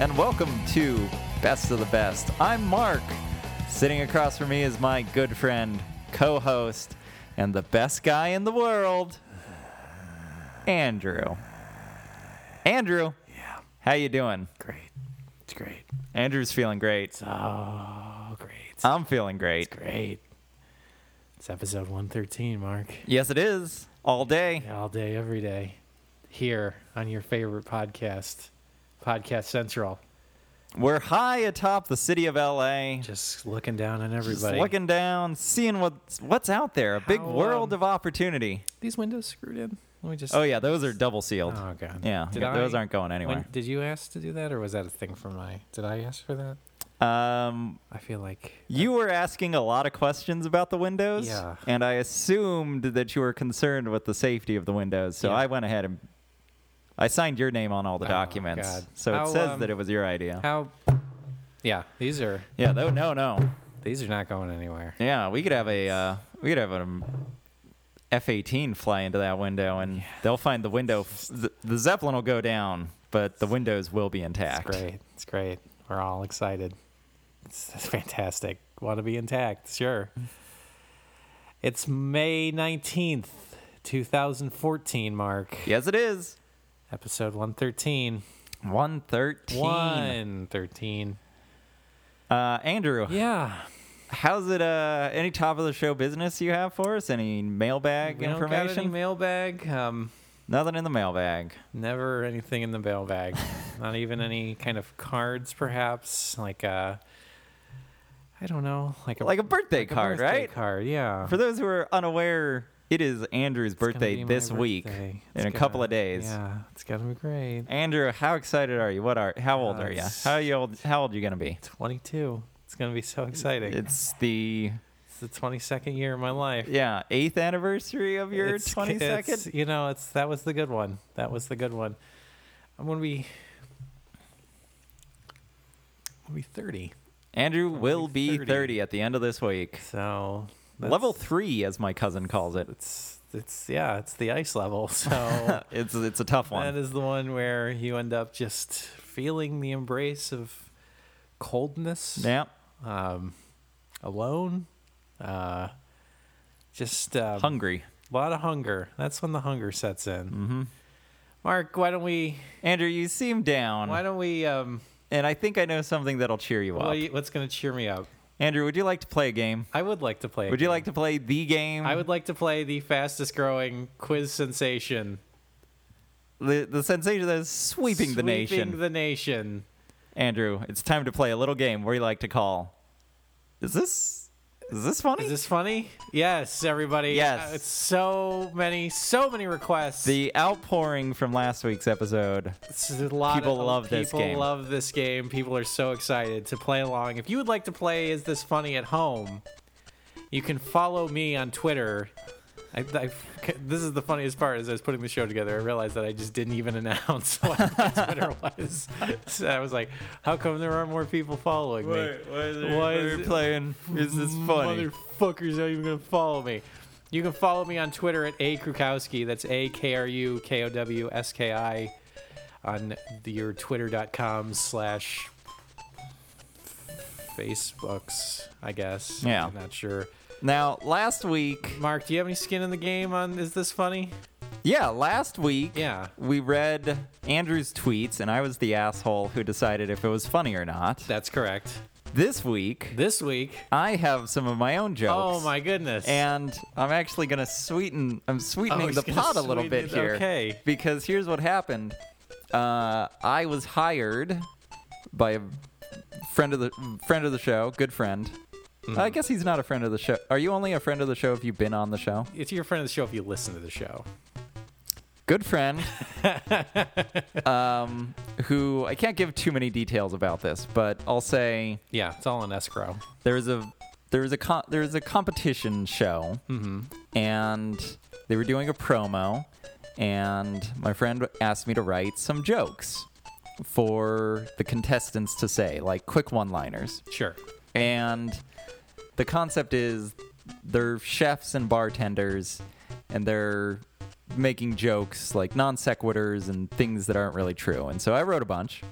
and welcome to Best of the Best. I'm Mark. Sitting across from me is my good friend, co host, and the best guy in the world, Andrew. Andrew, Yeah, how you doing? great. It's great. Andrew's feeling great. Oh, great. I'm feeling great. Great. It's episode 113, Mark. Yes, it is. All day. All day, every day. Here on your favorite podcast, Podcast Central. We're high atop the city of LA. Just looking down on Just everybody. looking down, seeing what's what's out there. A big How, world um, of opportunity. These windows screwed in. Let me just. Oh yeah, those are double sealed. Oh, God. Yeah, Did yeah, those I- aren't going When, anywhere. did you ask to do that, or was that a thing for my? Did I ask for that? Um, I feel like you were asking a lot of questions about the windows, Yeah. and I assumed that you were concerned with the safety of the windows, so Yeah. I went ahead and I signed your name on all the Oh, documents, God. so it How, says um, that it was your idea. how. Yeah, these are yeah, though, no, no, these are not going anywhere. yeah, we could have a uh, we could have an F eighteen fly into that window, and they'll find the window. F- the, the Zeppelin will go down, but the windows will be intact. It's great. It's great. We're all excited. It's, it's fantastic. Want to be intact? Sure. It's May 19th, 2014, Mark. Yes, it is. Episode 113. One thirteen. 113. Uh, Andrew, Yeah. How's it? Uh, any top of the show business you have for us? Any mailbag We don't got information? any mailbag. Um, Nothing in the mailbag. never anything in the mailbag. Not even any kind of cards, perhaps. Like, uh, I don't know. Like a, Like a birthday like a card, birthday right? Card, yeah. For those who are unaware, it is Andrew's It's gonna birthday be my this week birthday. in It's a couple gonna- of days. Yeah, it's gonna be great. Andrew, how excited are you? What are? How old Uh, are you? it's- How you old? How old are you gonna be? Twenty-two. It's gonna be so exciting. It's, It's the the twenty-second year of my life. yeah eighth anniversary of your It's- twenty it's- second. You know, it's that was the good one. That was the good one. I'm gonna be. I'll be thirty. Andrew I'll will be be 30. thirty at the end of this week. So that's- Level three, as my cousin calls it. It's it's yeah, it's the ice level. So It's it's a tough one. That is the one where you end up just feeling the embrace of coldness. yeah. um, alone, uh, just um, Hungry. a lot of hunger. That's when the hunger sets in. Mm-hmm. Mark, why don't we? Andrew, you seem down, Why don't we? Um, and I think I know something that'll cheer you up. what you- what's going to cheer me up? Andrew, would you like to play a game? I would like to play. a Would you game. like to play the game? I would like to play the fastest growing quiz sensation, The, the sensation that is sweeping, the nation. Sweeping the nation. Andrew, it's time to play a little game where you like to call. Is this is this funny? Is this funny? Yes, everybody. Yes. Uh, it's so many, so many requests. the outpouring from last week's episode. This is a lot People of, love this people game. love this game. People are so excited to play along. If you would like to play Is This Funny at Home, you can follow me on Twitter. I, I, this is the funniest part. As I was putting the show together, I realized that I just didn't even announce what my Twitter was. So I was like, how come there are more people following me? there- why is are you it- playing? Is this funny? Motherfuckers aren't even gonna follow me. You can follow me on Twitter at a Krukowski. That's a k r u k o w s k i on the, your twitter.com slash Facebooks. I guess. Yeah. I'm not sure. Now, last week, Mark, do you have any skin in the game? On is this funny? yeah, last week, Yeah. we read Andrew's tweets, and I was the asshole who decided if it was funny or not. That's correct. This week, This week. I have some of my own jokes. Oh my goodness. Oh, And I'm actually gonna sweeten. I'm sweetening he's the gonna pot a little sweeten bit it, here. okay. Because here's what happened. Uh, I was hired by a friend of the friend of the show, good friend. Mm-hmm. I guess he's not a friend of the show. Are you only a friend of the show if you've been on the show? it's your friend of the show if you listen to the show. Good friend. um, who I can't give too many details about this, but I'll say Yeah, it's all in escrow. there was a there was a co there was a competition show, and they were doing a promo, and my friend asked me to write some jokes for the contestants to say, like quick one-liners, Sure. and the concept is they're chefs and bartenders, and they're making Mm-hmm. jokes like non sequiturs and things that aren't really true. And so I wrote a bunch.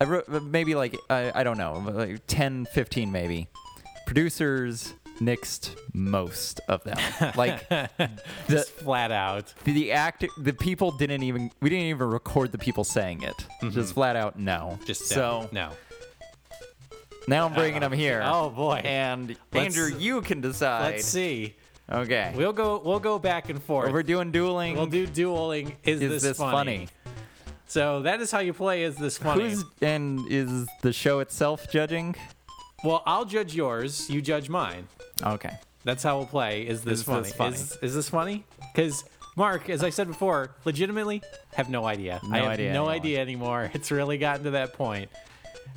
I wrote uh, maybe like I, I don't know, like 10, 15 maybe. Producers nixed most of them. Like Just flat out. the, the act, the people didn't even we didn't even record the people saying it. Just flat out no. Mm-hmm. Just so no. now I'm bringing them here. Oh boy. and Let's- Andrew, you can decide. Let's see. Okay, We'll go. We'll go back and forth. we're doing dueling. we'll do dueling. Is, is this, this, funny? So that is how you play. Is this funny? Who's and is the show itself judging? Well, I'll judge yours. You judge mine. Okay. That's how we'll play. Is this Is this funny? funny? Is, is this funny? Because Mark, as I said before, legitimately have no idea. I have idea no anymore. idea anymore. It's really gotten to that point.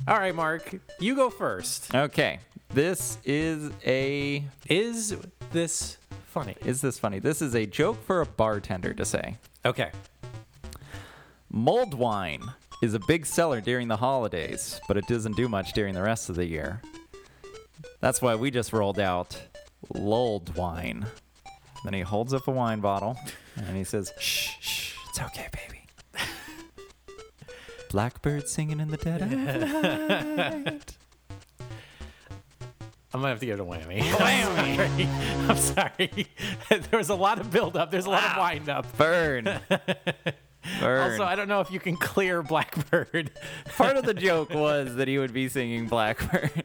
All right, Mark, you go first. Okay. This is a Is this funny? is this funny? This is a joke for a bartender to say. Okay. Mold wine is a big seller during the holidays, but it doesn't do much during the rest of the year. That's why we just rolled out lulled wine. Then he holds up a wine bottle and he says, Shh, shh, it's okay, baby. Blackbird singing in the dead of night. I'm gonna have to give it a whammy. Whammy. I'm sorry. there was a lot of build up. There's a lot of wind up. Burn. Burn. Also, I don't know if you can clear Blackbird. Part of the joke was that he would be singing Blackbird.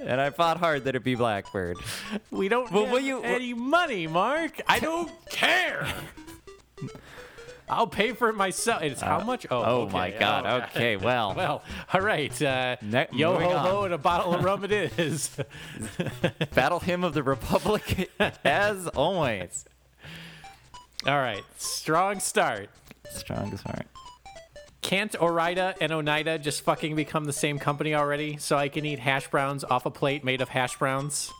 and I fought hard that it be Blackbird. We don't Well, have will you- any money, Mark. I don't care. I'll pay for it myself. It's how much? Oh, Oh okay. my god. Oh, Okay, well. Well, all right. Uh, Ne- yo moving ho ho on. and a bottle of rum it is. Battle Hymn of the Republic as always. all right. Strong start. Strongest heart. Can't Orida and Oneida just fucking become the same company already so I can eat hash browns off a plate made of hash browns?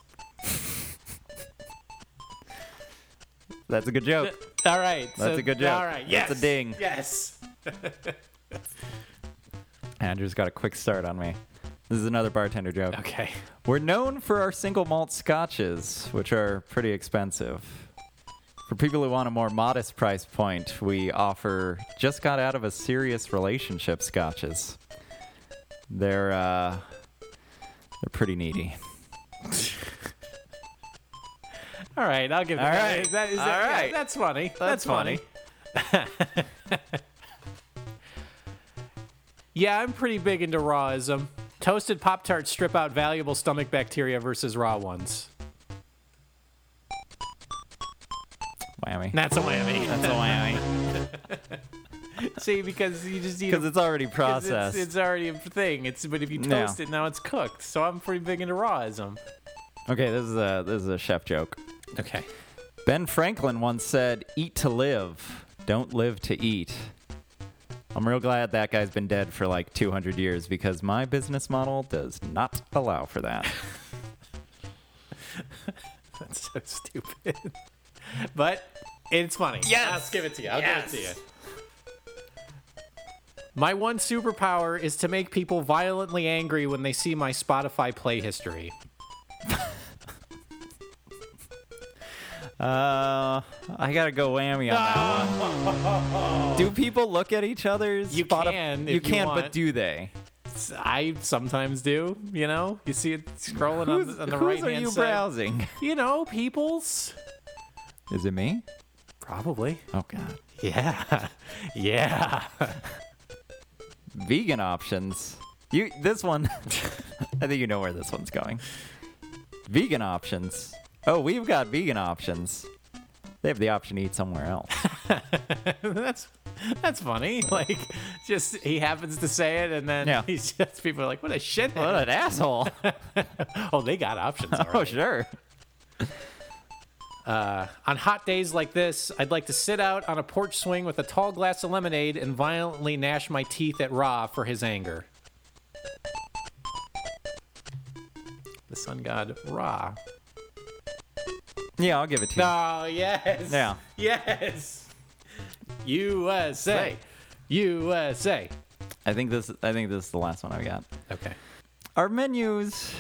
That's a good joke. All right. That's so- a good joke. All right. Yes. That's a ding. Yes. Andrew's got a quick start on me. This is another bartender joke. Okay. We're known for our single malt scotches, which are pretty expensive. For people who want a more modest price point, we offer just got out of a serious relationship scotches. They're uh, they're pretty needy. All right, I'll give it. All that- right. that is All yeah, right. that's funny. That's, funny. funny. yeah, I'm pretty big into rawism. Toasted Pop Tarts strip out valuable stomach bacteria versus raw ones. Whammy. That's a whammy. That's a whammy. See, because you just eat Because them. it's already 'cause processed. It's, it's already a thing. It's but if you Yeah. toast it now, it's cooked. So I'm pretty big into rawism. Okay, this is a this is a chef joke. Okay. Ben Franklin once said, "Eat to live, don't live to eat." I'm real glad that guy's been dead for like 200 years because my business model does not allow for that. That's so stupid. but it's funny. Yes! I'll give it to you. I'll give it Yes! to you. My one superpower is to make people violently angry when they see my Spotify play history. Uh, I gotta go whammy on that one. Do people look at each other's? You Spotif- can if you you can, want. but do they? It's- I sometimes do, you know? You see it scrolling on Who's, the, on the whose are right hand you side. browsing? You know, people's. Is it me? Probably. Oh God. Yeah. Yeah. vegan options. You this one I think you know where this one's going. Vegan options. Oh, we've got vegan options. They have the option to eat somewhere else. that's that's funny. Like, just he happens to say it, and then Yeah. he's just people are like, "What a shit!" what an asshole. Oh, they got options. all Oh right. sure. On hot days like this, I'd like to sit out on a porch swing with a tall glass of lemonade and violently gnash my teeth at Ra for his anger. The sun god Ra. Yeah, I'll give it to you. Oh yes. Yeah. Yes. USA. USA. I think this I think this is the last one I've got. Okay. Our menus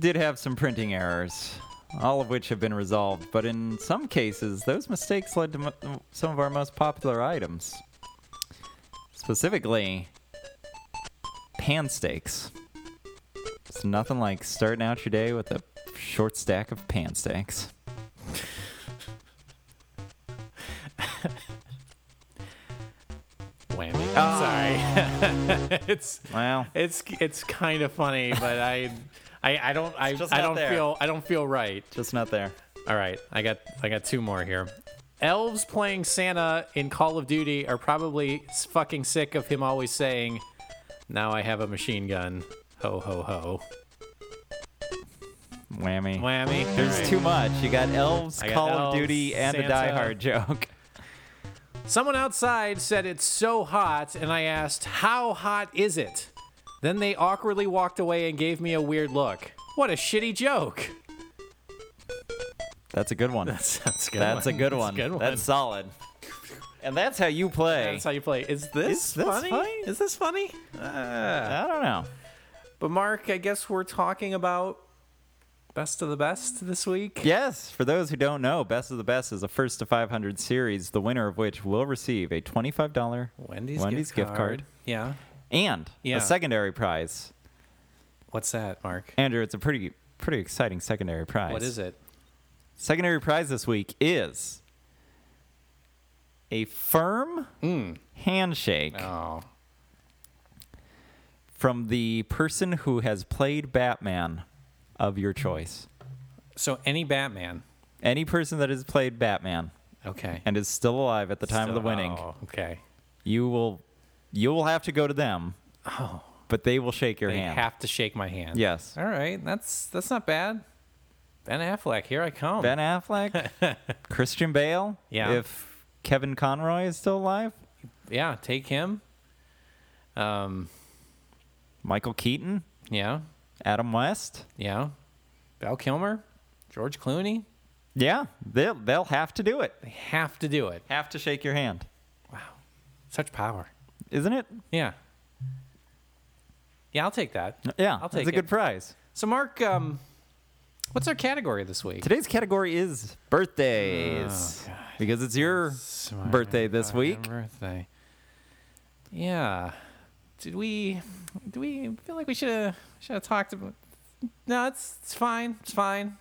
did have some printing errors, all of which have been resolved, but in some cases, those mistakes led to mo- some of our most popular items. specifically pan steaks. It's nothing like starting out your day with a short stack of pan steaks. Whammy. I'm sorry. it's Well, it's it's kind of funny, but I I, I don't I, It's just I not don't there. feel I don't feel right. just not there. All right, I got I got two more here. Elves playing Santa in Call of Duty are probably s- fucking sick of him always saying, "Now I have a machine gun." Ho ho ho. Whammy. Whammy. There's All right. too much. You got elves, I got Call elves, of Duty, and a Santa. Die Hard joke. Someone outside said it's so hot, and I asked, How hot is it? Then they awkwardly walked away and gave me a weird look. What a shitty joke. That's a good one. sounds good. That's a good one. That's, a good one. That's solid. And that's how you play. That's how you play. Is this, Is this funny? Is this funny? Ah. I don't know. But Mark, I guess we're talking about best of the best this week. Yes, for those who don't know, Best of the Best is a first to 500 series, the winner of which will receive a $25 Wendy's, gift, card, Yeah. and Yeah. a secondary prize. What's that, Mark? Andrew, it's a pretty pretty exciting secondary prize. What is it? Secondary prize this week is a firm Hmm. handshake Oh. from the person who has played Batman of your choice. So any Batman. Any person that has played Batman Okay. and is still alive at the time of the So- winning, oh, okay. you will you will have to go to them. But they will shake your Oh. They hand. have to shake my hand. yes. All right, that's that's not bad. Ben Affleck, here I come. Ben Affleck, Christian Bale. Yeah. If Kevin Conroy is still alive, Yeah, take him. Um, Michael Keaton, yeah, Adam West. yeah. Val Kilmer, George Clooney, Yeah, they'll they'll have to do it. they have to do it. Have to shake your hand, Such power. isn't it? Yeah. Yeah, I'll take that. Yeah, I'll take it's a good it. prize. So, Mark, um, what's our category this week? Today's category is Oh, birthdays because it's your my birthday this week. Birthday. Yeah. Did we? Do we feel like we should have should have talked about? No, it's it's fine. It's fine.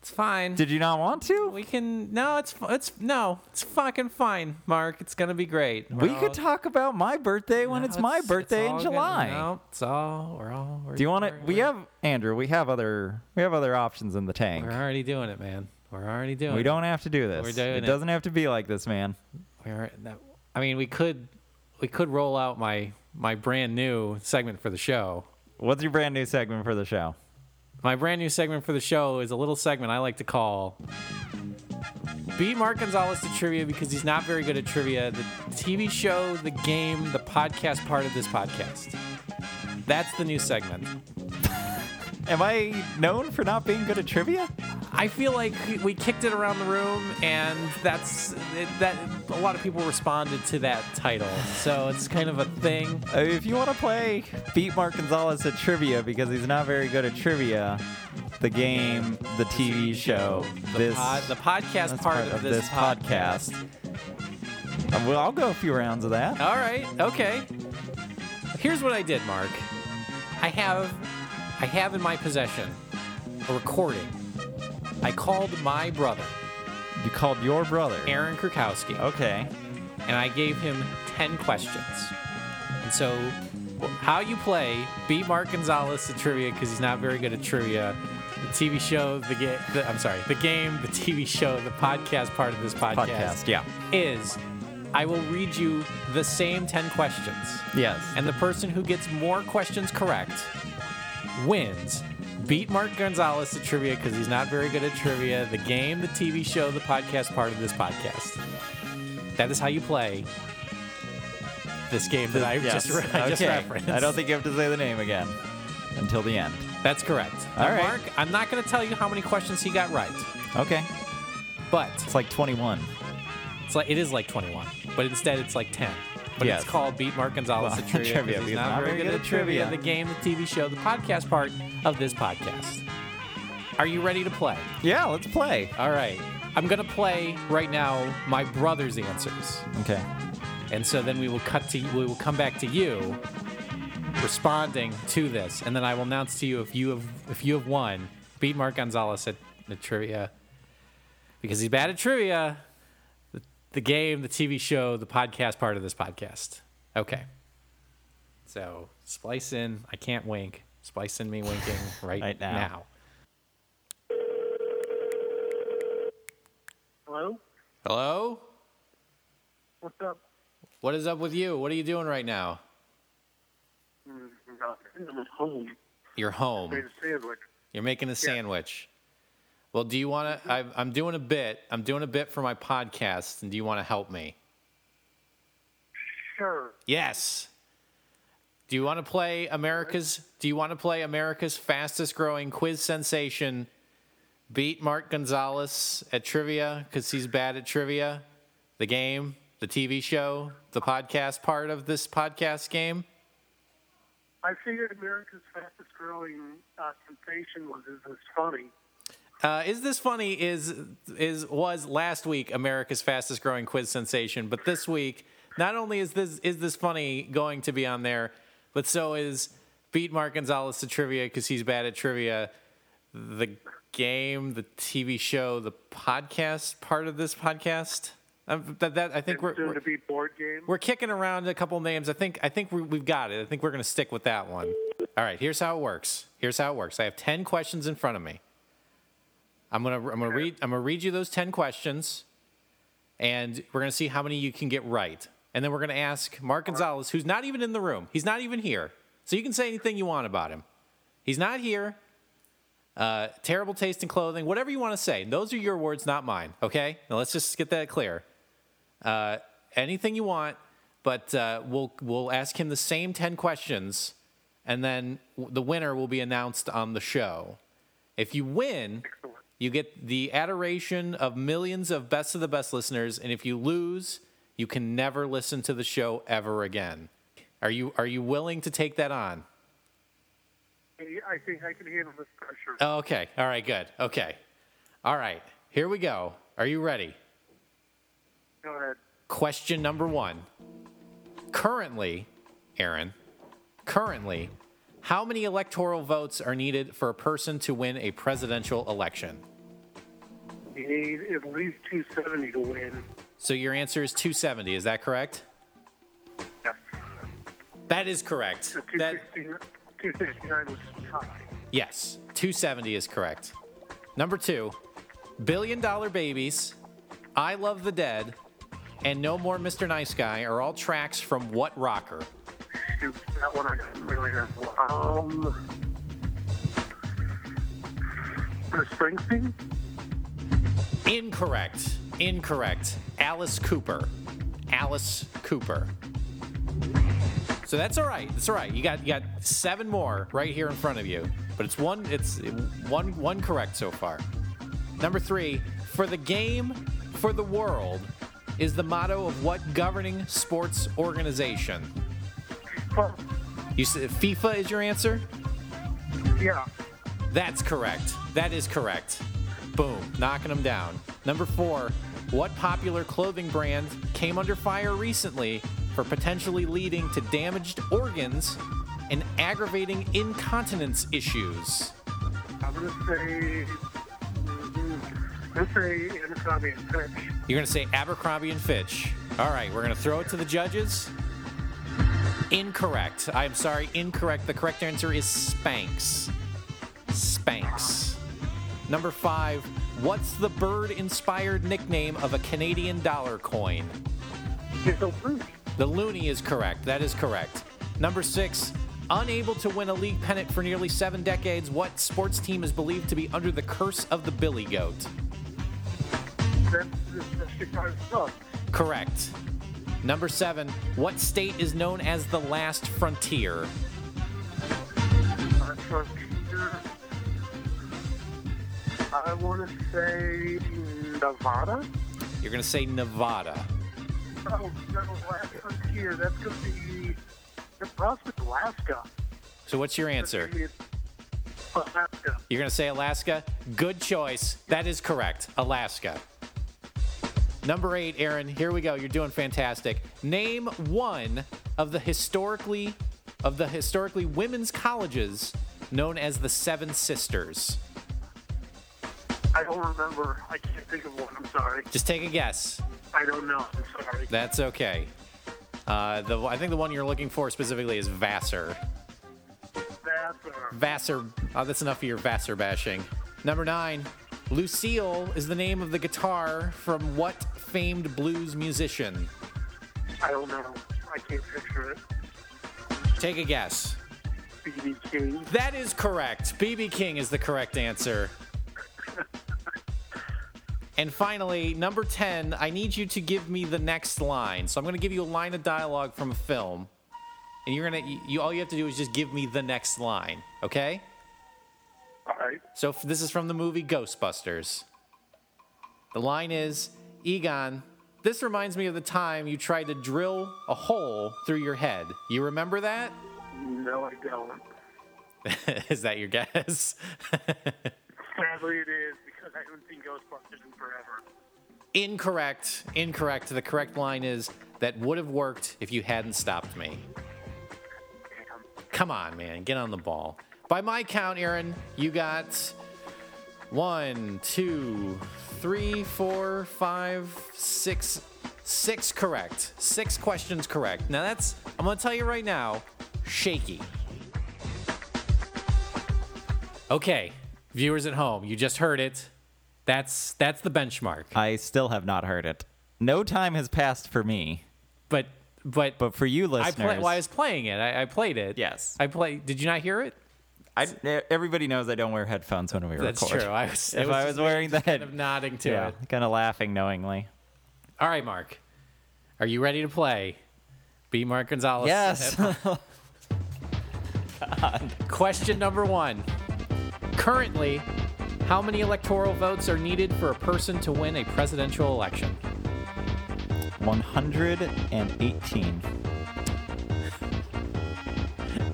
It's fine. Did you not want to? we can? No, it's fu- it's no, it's fucking fine, Mark. It's gonna be great. We We're all- could talk about my birthday when no, it's my birthday in all good. July. No, it's all we're all. We're, Do you want to? we're- We we're- have Andrew. We have other. We have other options in the tank. We're already doing it, man. We're already doing. We it. don't have to do this. We're doing it it. doesn't have to be like this, man. We are, that, I mean, we could we could roll out my my brand new segment for the show. What's your brand new segment for the show? My brand new segment for the show is a little segment I like to call Beat Mark Gonzalez to trivia because he's not very good at trivia. The TV show, the game, the podcast part of this podcast. That's the new segment. Am I known for not being good at trivia? I feel like we kicked it around the room, and that's it, that. A lot of people responded to that title, so it's kind of a thing. Uh, If you want to play Beat Mark Gonzalez at trivia because he's not very good at trivia, the game, the TV show, The, this pod, the podcast that's part, of, this, podcast. Um, well, I'll go a few rounds of that. All right. Okay. Here's what I did, Mark. I have I have in my possession a recording. I called my brother, You called your brother. Aaron Krakowski, Okay. and I gave him 10 questions. And so how you play beat Mark Gonzalez at trivia because he's not very good at trivia. The TV show, the game, I'm sorry, the game, the TV show, the podcast part of this Podcast. Yeah. is I will read you the same 10 questions. Yes. And the person who gets more questions correct wins. Beat Mark Gonzalez at trivia because he's not very good at trivia. The game, the TV show, the podcast part of this podcast. That is how you play this game that I Yes. just, re- I just Okay. referenced. I don't think you have to say the name again until the end. that's correct. All Now, right. Mark, I'm not going to tell you how many questions he got right, Okay. but It's like 21. It's like it is like 21, but instead it's like 10. But Yes. it's called Beat Mark Gonzalez Well, at trivia. trivia, 'cause He's because not very good at trivia. The game, the TV show, the podcast part of this podcast. Are you ready to play? Yeah, let's play. All right. I'm gonna play right now my brother's answers, Okay. And so then we will cut to we will come back to you responding to this, and then I will announce to you if you have if you have won. Beat Mark Gonzalez at, at trivia because he's bad at trivia. The, the game, the TV show, the podcast part of this podcast. Okay. So splice in. I can't wink. Splice in me winking right, Right now. now. Hello? Hello. What's up? What is up with you? What are you doing right now? Mm, I'm at home. You're home. Made a sandwich. You're making a sandwich. Well, do you want to? I'm doing a bit. I'm doing a bit for my podcast, and do you want to help me? Sure. Yes. Do you want to play America's? Do you want to play America's fastest growing quiz sensation? Beat Mark Gonzalez at trivia because he's bad at trivia. The game, the TV show, the podcast part of this podcast game. I figured America's fastest growing uh, sensation was Is This Funny? Uh, is this funny? Is is was last week America's fastest growing quiz sensation, but this week not only is this is this funny going to be on there, but so is beat Mark Gonzalez to trivia because he's bad at trivia. The game, the TV show, the podcast part of this podcast. Um, that, that I think we're, Soon to we're be board game. we're kicking around a couple names. I think I think we, we've got it. I think we're going to stick with that one. All right, here's how it works. Here's how it works. I have ten questions in front of me. I'm gonna I'm gonna read I'm gonna read you those ten questions, and we're gonna see how many you can get right. And then we're gonna ask Mark Gonzalez, who's not even in the room. He's not even here, so you can say anything you want about him. He's not here. Uh, terrible taste in clothing, whatever you want to say. Those are your words, not mine. Okay. Now let's just get that clear anything you want, but uh, we'll we'll ask him the same ten questions, and then w- the winner will be announced on the show. If you win, you get the adoration of millions of best of the best listeners, and if you lose, you can never listen to the show ever again. Are you are you willing to take that on? I think I can handle this pressure. Oh, okay. All right. Good. Okay. All right. Here we go. Are you ready? Go ahead. Question number one. Currently, Aaron, currently, how many electoral votes are needed for a person to win a presidential election? You need at least 270 to win. So your answer is 270, is that correct? Yeah. That is correct. The That, 269 269 was high. yes, 270 is correct. Number two, Billion Dollar Babies, I Love the Dead, and No More Mr. Nice Guy are all tracks from what rocker? Shoot, that one I didn't really have. Um, Bruce Springsteen? Incorrect. Incorrect. Alice Cooper. Alice Cooper. So that's all right. That's all right. You got you got seven more right here in front of you. But it's one it's one one correct so far. Number 3, for the game, for the world is the motto of what governing sports organization? Oh, You said FIFA is your answer? yeah. That's correct. That is correct. Boom, knocking them down. Number four, what popular clothing brand came under fire recently for potentially leading to damaged organs and aggravating incontinence issues? I'm gonna say, mm, I'm gonna say Anatommy and Pitch. You're going to say Abercrombie and Fitch. All right, we're going to throw it to the judges. Incorrect. I'm sorry, incorrect. The correct answer is Spanx. Spanx. Number five, what's the bird inspired nickname of a Canadian dollar coin? It's a loop. The loony is correct. That is correct. Number six, unable to win a league pennant for nearly seven decades, what sports team is believed to be under the curse of the billy goat? That's the Chicago Cubs. Correct. Number seven, what state is known as the last frontier? Uh, so, uh, I want to say Nevada. You're going to say Nevada. Oh, no, last frontier. That's gonna be Nebraska, Alaska. So, what's your That's answer? gonna be Alaska. You're going to say Alaska? Good choice. That is correct. Alaska. Number eight, Aaron, here we go. You're doing fantastic. Name one of the historically of the historically women's colleges known as the Seven Sisters. I don't remember. I can't think of one. I'm sorry. Just take a guess. I don't know. I'm sorry. That's okay. Uh, the I think the one you're looking for specifically is Vassar. That's uh, Vassar. Oh, that's enough of your Vassar bashing. Number nine, Lucille is the name of the guitar from what famed blues musician? I don't know. I can't picture it. Take a guess. BB King. That is correct. BB King is the correct answer. And finally, number 10, I need you to give me the next line. So I'm going to give you a line of dialogue from a film. And you're going to you all you have to do is just give me the next line, okay? All right. So f- this is from the movie Ghostbusters. The line is Egon, this reminds me of the time you tried to drill a hole through your head. You remember that? No, I don't. is that your guess? Sadly, it is because I haven't seen Ghostbusters in forever. Incorrect. Incorrect. The correct line is that would have worked if you hadn't stopped me. Damn. Come on, man. Get on the ball. By my count, Aaron, you got one, two, three, four, five, six, six correct. Six questions correct. Now that's, I'm going to tell you right now, shaky. Okay, viewers at home, you just heard it. That's that's the benchmark. I still have not heard it. No time has passed for me, But but but for you I listeners, play, well, I was playing it. I, I played it. Yes. I play. Did you not hear it? I- everybody knows I don't wear headphones when we That's record. true. I was. If I was wearing the kind of head, nodding to yeah, it. kind of laughing knowingly. All right, Mark. Are you ready to play? Be Mark Gonzalez. Yes. Question number one. Currently, how many electoral votes are needed for a person to win a presidential election? 118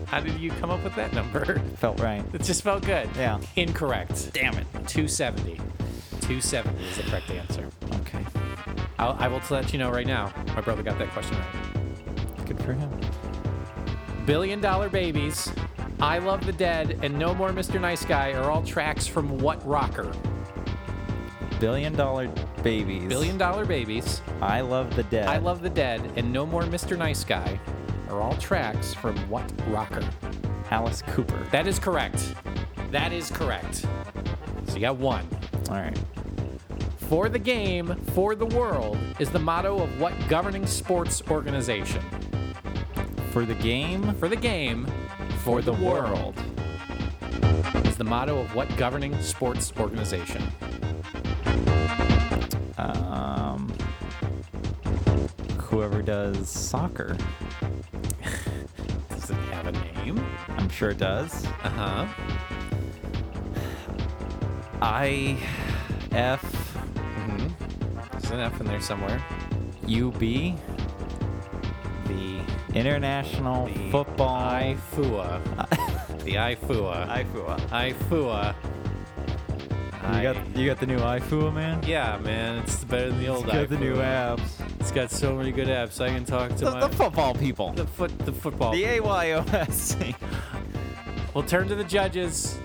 How did you come up with that number? felt right. It just felt good. Yeah. Incorrect. Damn it. 270. 270 is the correct answer. Okay. I'll, I will let you know right now. My brother got that question right. Good for him. Billion Dollar Babies, I Love the Dead, and No More Mr. Nice Guy are all tracks from what rocker? Billion dollar babies. Billion Dollar Babies, I love the dead. I Love the Dead, and No More Mr. Nice Guy are all tracks from what rocker? Alice Cooper. That is correct. That is correct. So you got one. All right. For the game, for the world is the motto of what governing sports organization? For the game, For the game, for, the, world is the motto of what governing sports organization? um, whoever does soccer, Does it have a name? I'm sure it does. Uh huh. I F There's an F in there somewhere. U B The International The Football IFUA. the IFUA. IFUA. IFUA. You got you got the new IFUA man. yeah, man, it's better than the old. You got the new IFUA. apps. It's got so many good apps. I can talk to The, my the football people. the foot the football. The AYOS. We'll turn to the judges.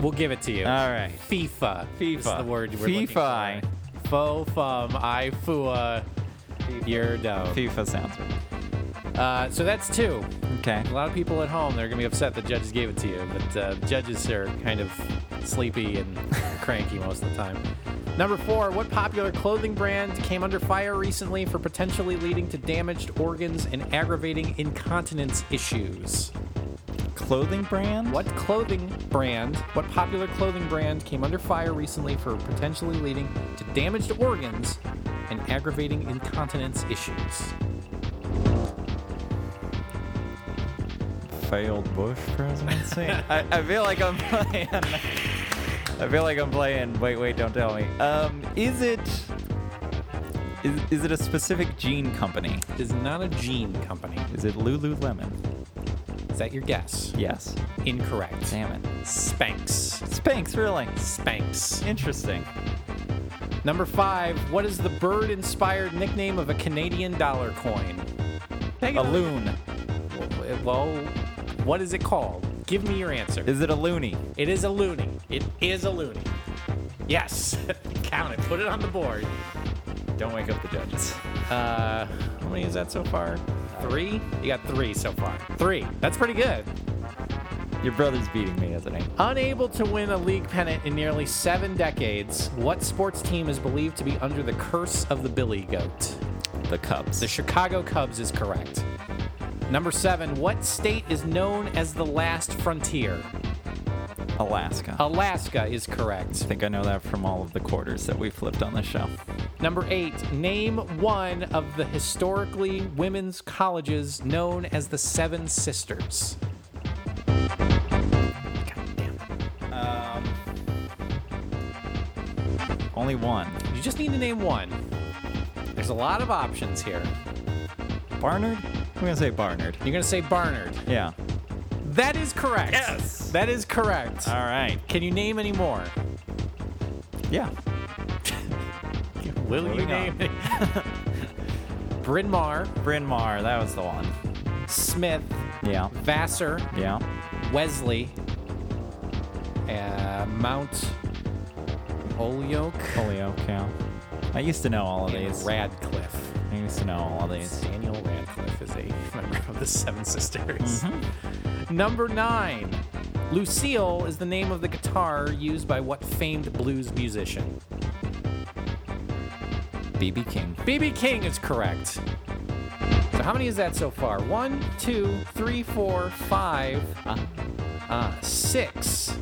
We'll give it to you. All right. FIFA. FIFA. is the word you were FIFA. looking for. Faux fum. IFUA. You're down. FIFA sounds right. Uh, so that's two. Okay. A lot of people at home, they're going to be upset the judges gave it to you, but uh, judges are kind of sleepy and cranky most of the time. Number four, what popular clothing brand came under fire recently for potentially leading to damaged organs and aggravating incontinence issues? Clothing brand? What clothing brand, what popular clothing brand came under fire recently for potentially leading to damaged organs and aggravating incontinence issues? Failed Bush presidency? I, I feel like I'm playing. I feel like I'm playing. Wait, wait, don't tell me. Um, is it. Is, is it a specific jean company? It is not a jean company. Is it Lululemon? Is that your guess? Yes. Incorrect. Damn it. Spanx. Spanx, really? Spanx. Interesting. Number five, what is the bird inspired nickname of a Canadian dollar coin? Take A it- loon. Well, what is it called? Give me your answer. Is it a loony? It is a loony. It is a loony. Yes. Count it. Put it on the board. Don't wake up the judges. Uh, how many is that so far? Three? You got three so far. Three. That's pretty good. Your brother's beating me, isn't he? Unable to win a league pennant in nearly seven decades, what sports team is believed to be under the curse of the Billy Goat? The Cubs. The Chicago Cubs is correct. Number seven, what state is known as the last frontier? Alaska. Alaska is correct. I think I know that from all of the quarters that we flipped on this show. Number eight, name one of the historically women's colleges known as the Seven Sisters. God damn it. Only one. You just need to name one. There's a lot of options here. Barnard? I'm gonna say Barnard. You're going to say Barnard. Yeah. That is correct. Yes. That is correct. All right. Can you name any more? Yeah. Will Moving on. Bryn Mawr, Bryn Mawr. That was the one. Smith, Yeah. Vassar, Yeah. Wesley, uh, Mount Holyoke. Holyoke. Yeah. I used to know all of and these. Radcliffe. I used to know all of these. Daniel Radcliffe is a member of the Seven Sisters. Mm-hmm. Number nine. Lucille is the name of the guitar used by what famed blues musician? BB King. BB King is correct. So how many is that so far? One, two, three, four, five, uh, six.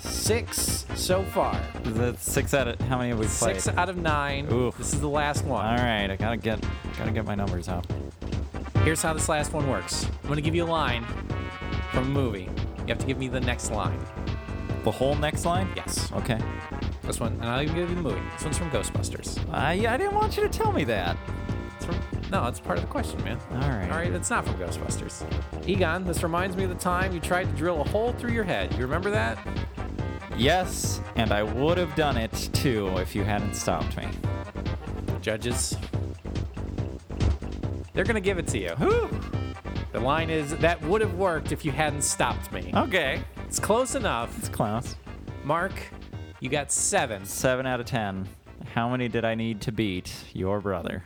Six so far. That's six out of how many have we played? Six out of nine. Oof. This is the last one. All right. I gotta get gotta get my numbers up. Here's how this last one works. I'm gonna give you a line from a movie. You have to give me the next line. The whole next line. Yes. Okay. This one, and I'll even give you the movie. This one's from Ghostbusters. I I didn't want you to tell me that. It's from, no, it's part of the question, man. All right. All right, it's not from Ghostbusters. Egon, this reminds me of the time you tried to drill a hole through your head. You remember that? Yes, and I would have done it too if you hadn't stopped me. Judges. They're gonna give it to you. Whew. The line is that would have worked if you hadn't stopped me. Okay. It's close enough. It's Klaus. Mark, you got seven. Seven out of ten. How many did I need to beat your brother?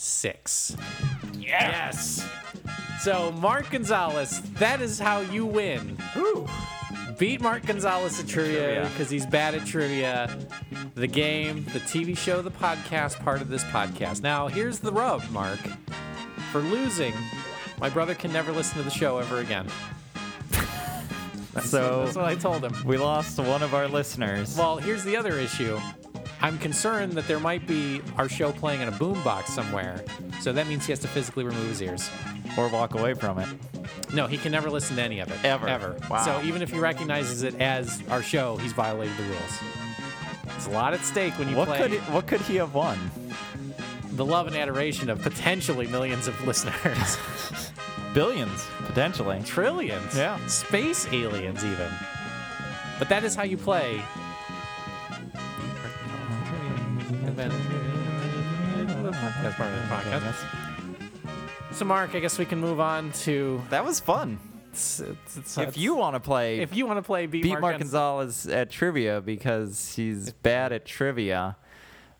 six. Yes. So Mark Gonzalez, that is how you win. Ooh. Beat Mark Gonzalez at trivia Trivia. because he's bad at trivia. The game, the TV show, the podcast, part of this podcast. Now here's the rub, Mark. For losing, my brother can never listen to the show ever again. So That's what I told him. we lost one of our listeners. Well, here's the other issue. I'm concerned that there might be our show playing in a boombox somewhere. So that means he has to physically remove his ears. or walk away from it. No, he can never listen to any of it. Ever. Ever. Wow. So even if he recognizes it as our show, he's violated the rules. It's a lot at stake when you What play could what could he have won? the love and adoration of potentially millions of listeners. Billions, potentially. Trillions. Yeah. Space aliens, even. But that is how you play. That's part of the podcast. So, Mark, I guess we can move on to. That was fun. It's, it's, it's, If you want to play if you want to play beat, beat Mark Gonz- Gonzalez at trivia because he's bad at trivia,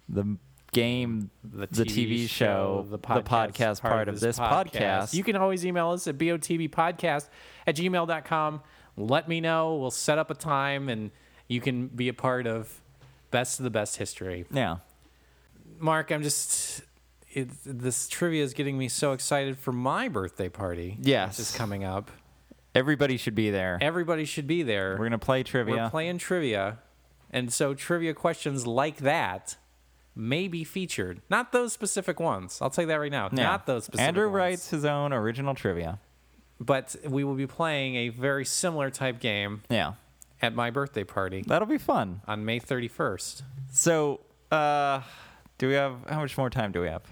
the game, the TV, show, the podcast, part, of this podcast. You can always email us at botbpodcast at gmail.com. Let me know. We'll set up a time and you can be a part of Best of the Best History. yeah. Mark, I'm just. It, this trivia is getting me so excited for my birthday party. Yes. Which is coming up. Everybody should be there. Everybody should be there. We're gonna play trivia. We're playing trivia, and so trivia questions like that may be featured. Not those specific ones. I'll tell you that right now. Yeah. Not those specific Andrew ones. writes his own original trivia. But we will be playing a very similar type game Yeah, at my birthday party that'll be fun. on May 31st. So, uh, do we have how much more time do we have?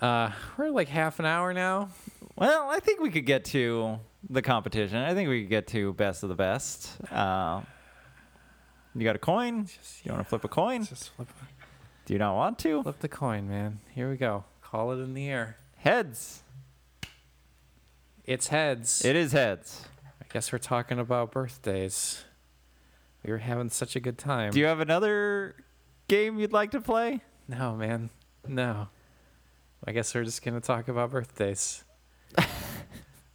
Uh, we're like half an hour now. Well, I think we could get to the competition. I think we could get to best of the best. Uh, You got a coin? You want to flip a coin? Just flip, Do you not want to? flip the coin, man. Here we go. Call it in the air. Heads. It's heads. It is heads. I guess we're talking about birthdays. We were having such a good time. Do you have another game you'd like to play? no, man. No. I guess we're just going to talk about birthdays.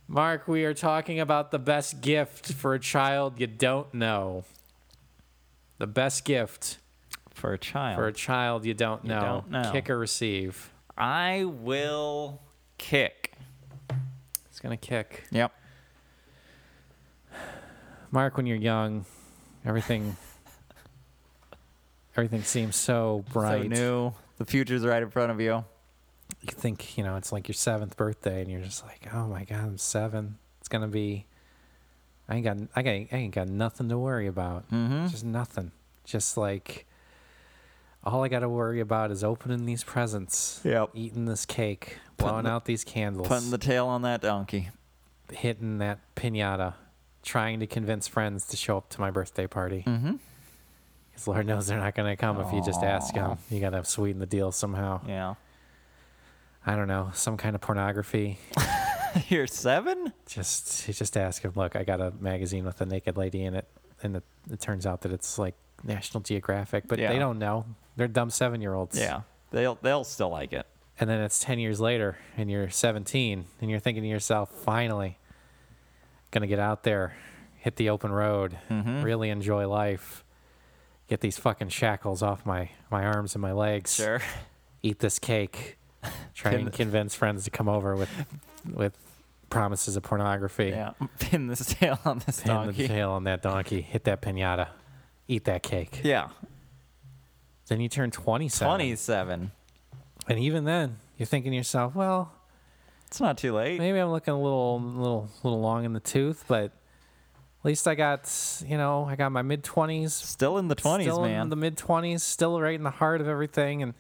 Mark, we are talking about the best gift for a child you don't know. The best gift For a child. for a child you don't know. don't know. Kick or receive. I will kick. It's going to kick. Yep. Mark, when you're young, everything everything seems so bright. So new. The future's right in front of you. you think you know it's like your seventh birthday and you're just like oh my god i'm seven it's gonna be i ain't got i, got, I ain't got nothing to worry about Mhm. just nothing just like all i gotta worry about is opening these presents Yep. eating this cake Putting blowing the- out these candles Putting the tail on that donkey. hitting that piñata trying to convince friends to show up to my birthday party Mm-hmm. because lord knows they're not gonna come if you just ask Aw. them you gotta sweeten the deal somehow Yeah. i don't know some kind of pornography You're seven? just you just ask him look i got a magazine with a naked lady in it and it, it turns out that it's like national geographic but Yeah. they don't know they're dumb seven year olds Yeah. They'll they'll still like it. and then it's 10 years later and you're 17 and you're thinking to yourself finally gonna get out there hit the open road Mm-hmm. really enjoy life get these fucking shackles off my my arms and my legs Sure. eat this cake try Pin and the- convince friends to come over with with promises of pornography Yeah. Pin this tail on this Pin the donkey. tail on that donkey. Hit that pinata. Eat that cake. Yeah. Then you turn 27. Twenty seven. And even then, you're thinking to yourself, well, It's not too late. maybe I'm looking a little, little, little long in the tooth, but at least I got, you know, I got my mid 20s. Still in the twenties, Still man. in the mid 20s, still right in the heart of everything and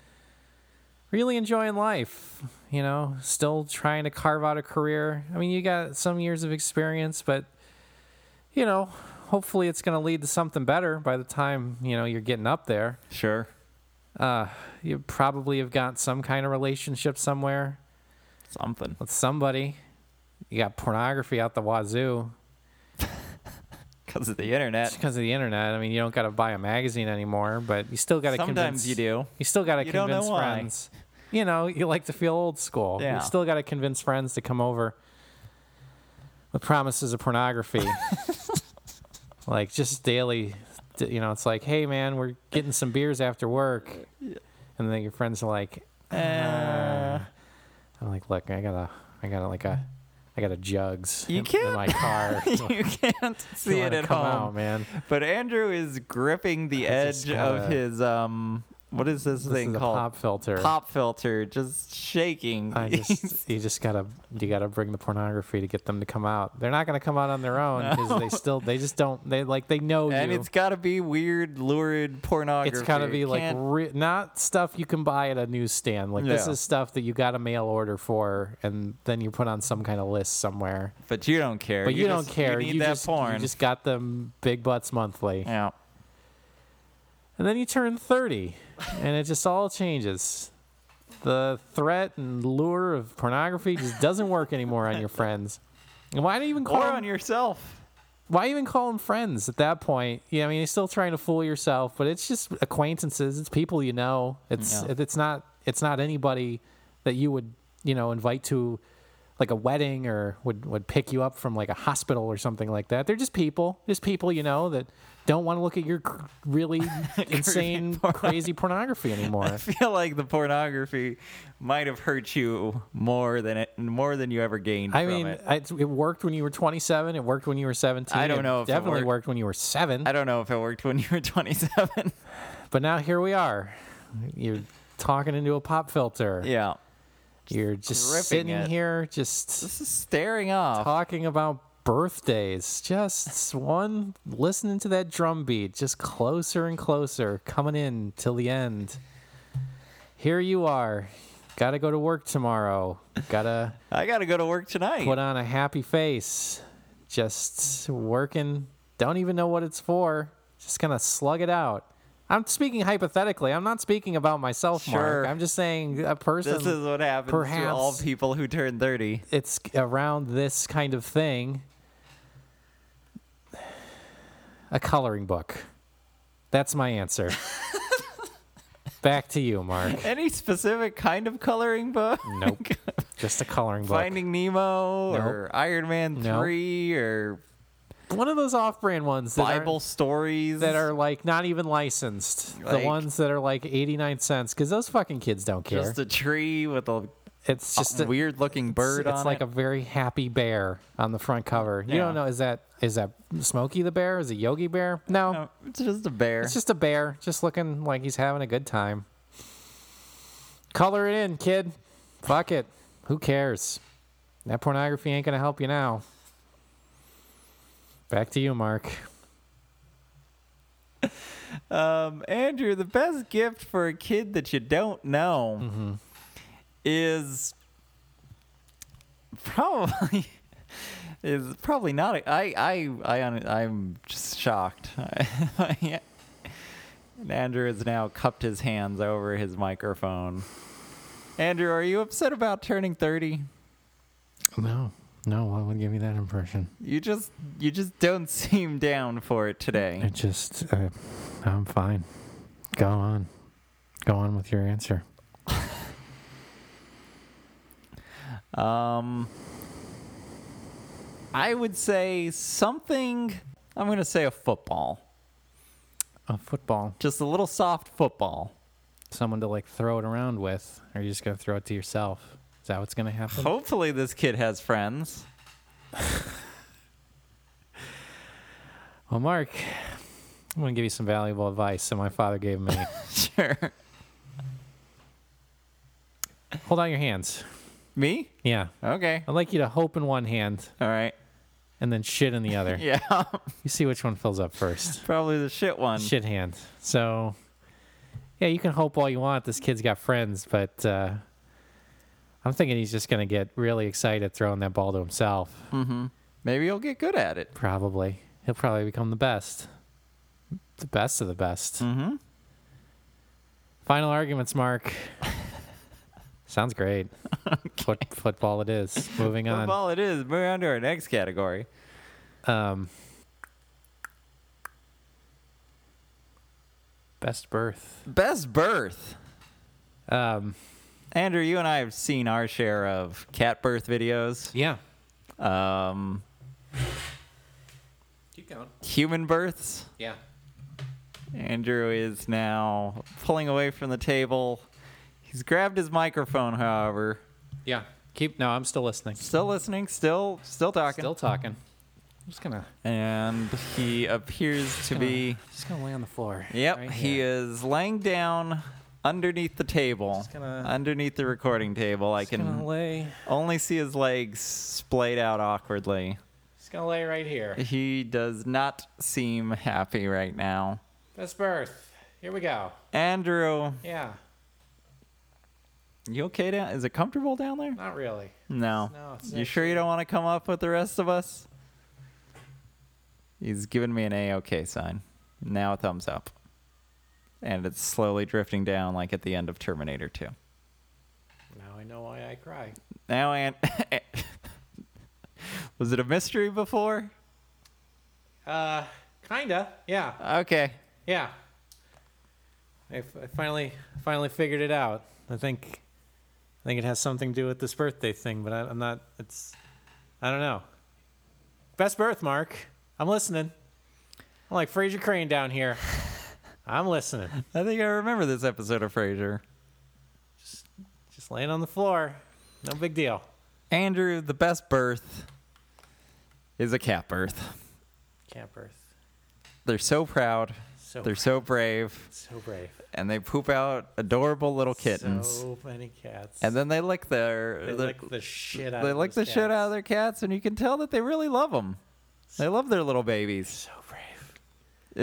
really enjoying life. You know, still trying to carve out a career. I mean, you got some years of experience, but you know, hopefully it's going to lead to something better by the time, you know, you're getting up there. sure. Uh, you probably have got some kind of relationship somewhere Something. with somebody. You got pornography out the wazoo Because of the internet. because of the internet. I mean, you don't got to buy a magazine anymore, but you still got to Sometimes convince you do. You still got to You don't know convince why. friends. You know, you like to feel old school. Yeah. You still got to convince friends to come over with promises of pornography. like just daily, d- you know, it's like, hey man, we're getting some beers after work, and then your friends are like, Uh, I'm like, look, I got a, I got a, like a, I got a jugs You in, in can't- my car. you can't see it Wanna at come home. out, man. But Andrew is gripping the edge just of gotta- his um what is this, This thing is a called? pop filter. Pop filter, just shaking. I just you just gotta you gotta bring the pornography to get them to come out. They're not gonna come out on their own because they still they just don't they like they know and you. it's got to be weird, lurid pornography. it's gotta be It like can't- re- not stuff you can buy at a newsstand. Like this Yeah. is stuff that you got to mail order for, and then you put on some kind of list somewhere. but you don't care. But you, don't just- care. You need you that just, porn. You just got them big butts monthly, yeah. and then you turn thirty, and it just all changes. The threat and lure of pornography just doesn't work anymore on your friends. And why do you even call Or them- on yourself. why even call them friends at that point? Yeah, I mean, you're still trying to fool yourself, but it's just acquaintances. It's people you know. It's Yeah. it's not it's not anybody that you would you know invite to like a wedding or would would pick you up from like a hospital or something like that. They're just people, just people you know that don't want to look at your cr- really insane crazy pornography anymore. I feel like the pornography might have hurt you more than it, more than you ever gained I from mean, it. I, it worked when you were 27. It worked when you were 17. I don't know if it definitely worked- worked when you were seven. I don't know if it worked when you were 27. But now here we are. You're talking into a pop filter. yeah. You're just gripping sitting it. here, just This is staring off. talking about birthdays. Just one listening to that drum beat, just closer and closer, coming in till the end. Here you are. Gotta go to work tomorrow. Gotta I got to go to work tonight. put on a happy face. Just working. Don't even know what it's for. Just gonna slug it out. I'm speaking hypothetically. I'm not speaking about myself, Sure. Mark. I'm just saying a person. This is what happens to all perhaps- people who turn 30. it's around this kind of thing a coloring book that's my answer back to you mark Any specific kind of coloring book? nope just a coloring book Finding Nemo or Iron Man Nope. 3 or one of those off-brand ones that Bible aren't- stories that are like not even licensed Like- the ones that are like 89 cents because those fucking kids don't care just a tree with a it's just a, weird looking bird it's on like it. a very happy bear on the front cover you Yeah. don't know is that is that smokey the bear is it yogi bear no No, it's just a bear. It's just a bear, just looking like he's having a good time. Color it in, kid. Fuck it. Who cares? That pornography ain't gonna help you now. Back to you, Mark. Um, Andrew, the best gift for a kid that you don't know is probably is probably not. A, I I I hon- I'm just shocked. And Andrew has now cupped his hands over his microphone. Andrew, are you upset about turning thirty? No, no, what would give me that impression? You just you just don't seem down for it today. just, uh, I'm fine. Go on, go on with your answer. Um, I would say something. I'm going to say a football, A football, just a little soft football. someone to like throw it around with, or you just gonna throw it to yourself? Is that what's gonna happen? Hopefully, this kid has friends. Well, Mark, I'm going to give you some valuable advice that my father gave me. Sure. Hold out your hands. Me? Yeah. Okay. I'd like you to hope in one hand All right. and then shit in the other. Yeah. You see which one fills up first. Probably the shit one. Shit hand. So, yeah, you can hope all you want. This kid's got friends, but uh, I'm thinking he's just going to get really excited throwing that ball to himself. Maybe he'll get good at it. Probably. He'll probably become the best. The best of the best. Mm-hmm. Final arguments, Mark. Sounds great. Foot, football it is. Moving on. Football, it is. Moving on to our next category. Um, best birth. Best birth. Um, Andrew, you and I have seen our share of cat birth videos. yeah. Um, Keep going. human births. Yeah. Andrew is now pulling away from the table. He's grabbed his microphone, however. Yeah. Keep. No, I'm still listening. Still listening, still still talking. Still talking. I'm just gonna. And he appears to be Just gonna lay on the floor. Yep, right he here. is laying down underneath the table. gonna- underneath the recording table. I Just gonna can lay. only see his legs splayed out awkwardly. Just gonna lay right here. He does not seem happy right now. Best birth. Here we go. Andrew, Yeah, you okay down? Is it comfortable down there? not really. No. No, it's you sure you don't want to come up with the rest of us? He's giving me an A OK sign. Now a thumbs up. And it's slowly drifting down like at the end of Terminator 2. Now I know why I cry. Now, and was it a mystery before? Uh, kinda. Yeah, Okay. yeah. I, f- I finally, finally figured it out. I think, I think it has something to do with this birthday thing, but I, I'm not. It's, I don't know. Best birth, Mark. I'm listening. I'm like Fraser Crane down here. I'm listening. I think I remember this episode of Frasier. Just laying on the floor. No big deal. Andrew, the best birth is a cat birth. Can't birth. They're so proud. So They're so brave. so brave. And they poop out adorable little kittens. So many cats. And then they lick their They their- lick the shit out. they of lick the those shit cats. out of their cats, and you can tell that they really love them. They love their little babies. So brave.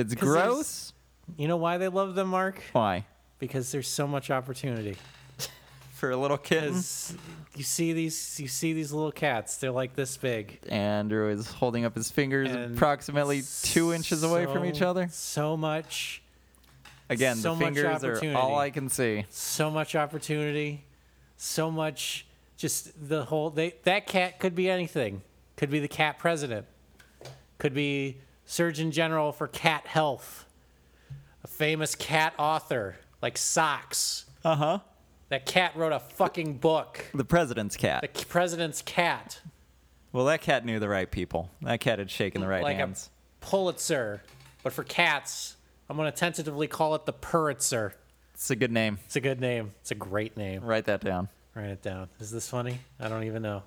It's 'Cause there's- gross. You know why they love them, Mark? Why? Because there's so much opportunity for a little kiss. You see these you see these little cats. They're like this big. Andrew is holding up his fingers and approximately two inches away from each so- other. So much Again, so the much fingers are all opportunity. I can see. so much opportunity, so much just the whole they that cat could be anything. Could be the cat president. Could be Surgeon General for cat health. A famous cat author like Socks. Uh huh. That cat wrote a fucking book. The president's The cat. c- president's cat. Well, that cat knew the right people. That cat had shaken the right like hands. a Pulitzer, but for cats, I'm going to tentatively call it the Purritzer. It's a good name. It's a good name. It's a great name. Write that down. Write it down. Is this funny? I don't even know.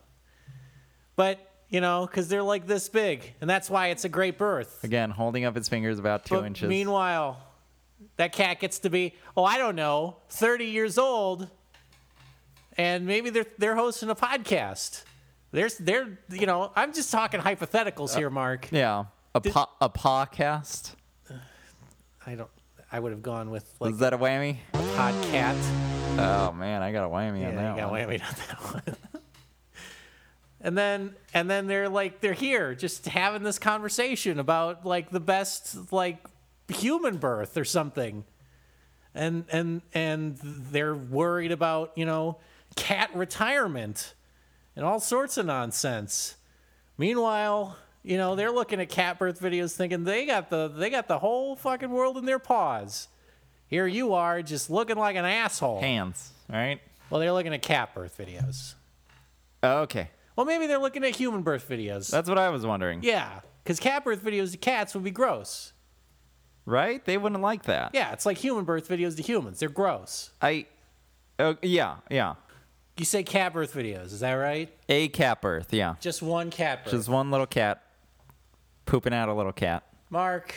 But, you know, because they're like this big, and that's why it's a great birth. Again, holding up his fingers about two But inches. meanwhile, that cat gets to be, oh, I don't know, 30 years old, and maybe they're, they're hosting a podcast. There's, they're, you know, I'm just talking hypotheticals here, Mark. Uh, yeah. A, po- a podcast? I don't. I would have gone with like Was that a whammy? hot cat. Oh, man. I got a whammy on Yeah, that you got one. whammied on that one. and then and then they're like they're here just having this conversation about like the best like human birth or something. And and and they're worried about, you know, cat retirement and all sorts of nonsense. Meanwhile, you know, they're looking at cat birth videos thinking they got the they got the whole fucking world in their paws. Here you are just looking like an asshole. Hands, right? Well, they're looking at cat birth videos. Okay. Well, maybe they're looking at human birth videos. That's what I was wondering. yeah, because cat birth videos to cats would be gross. Right? They wouldn't like that. Yeah, it's like human birth videos to humans. They're gross. I. Oh, yeah, yeah. You say cat birth videos, is that right? A cat birth, yeah. Just one cat birth. Just one little cat pooping out a little cat. Mark.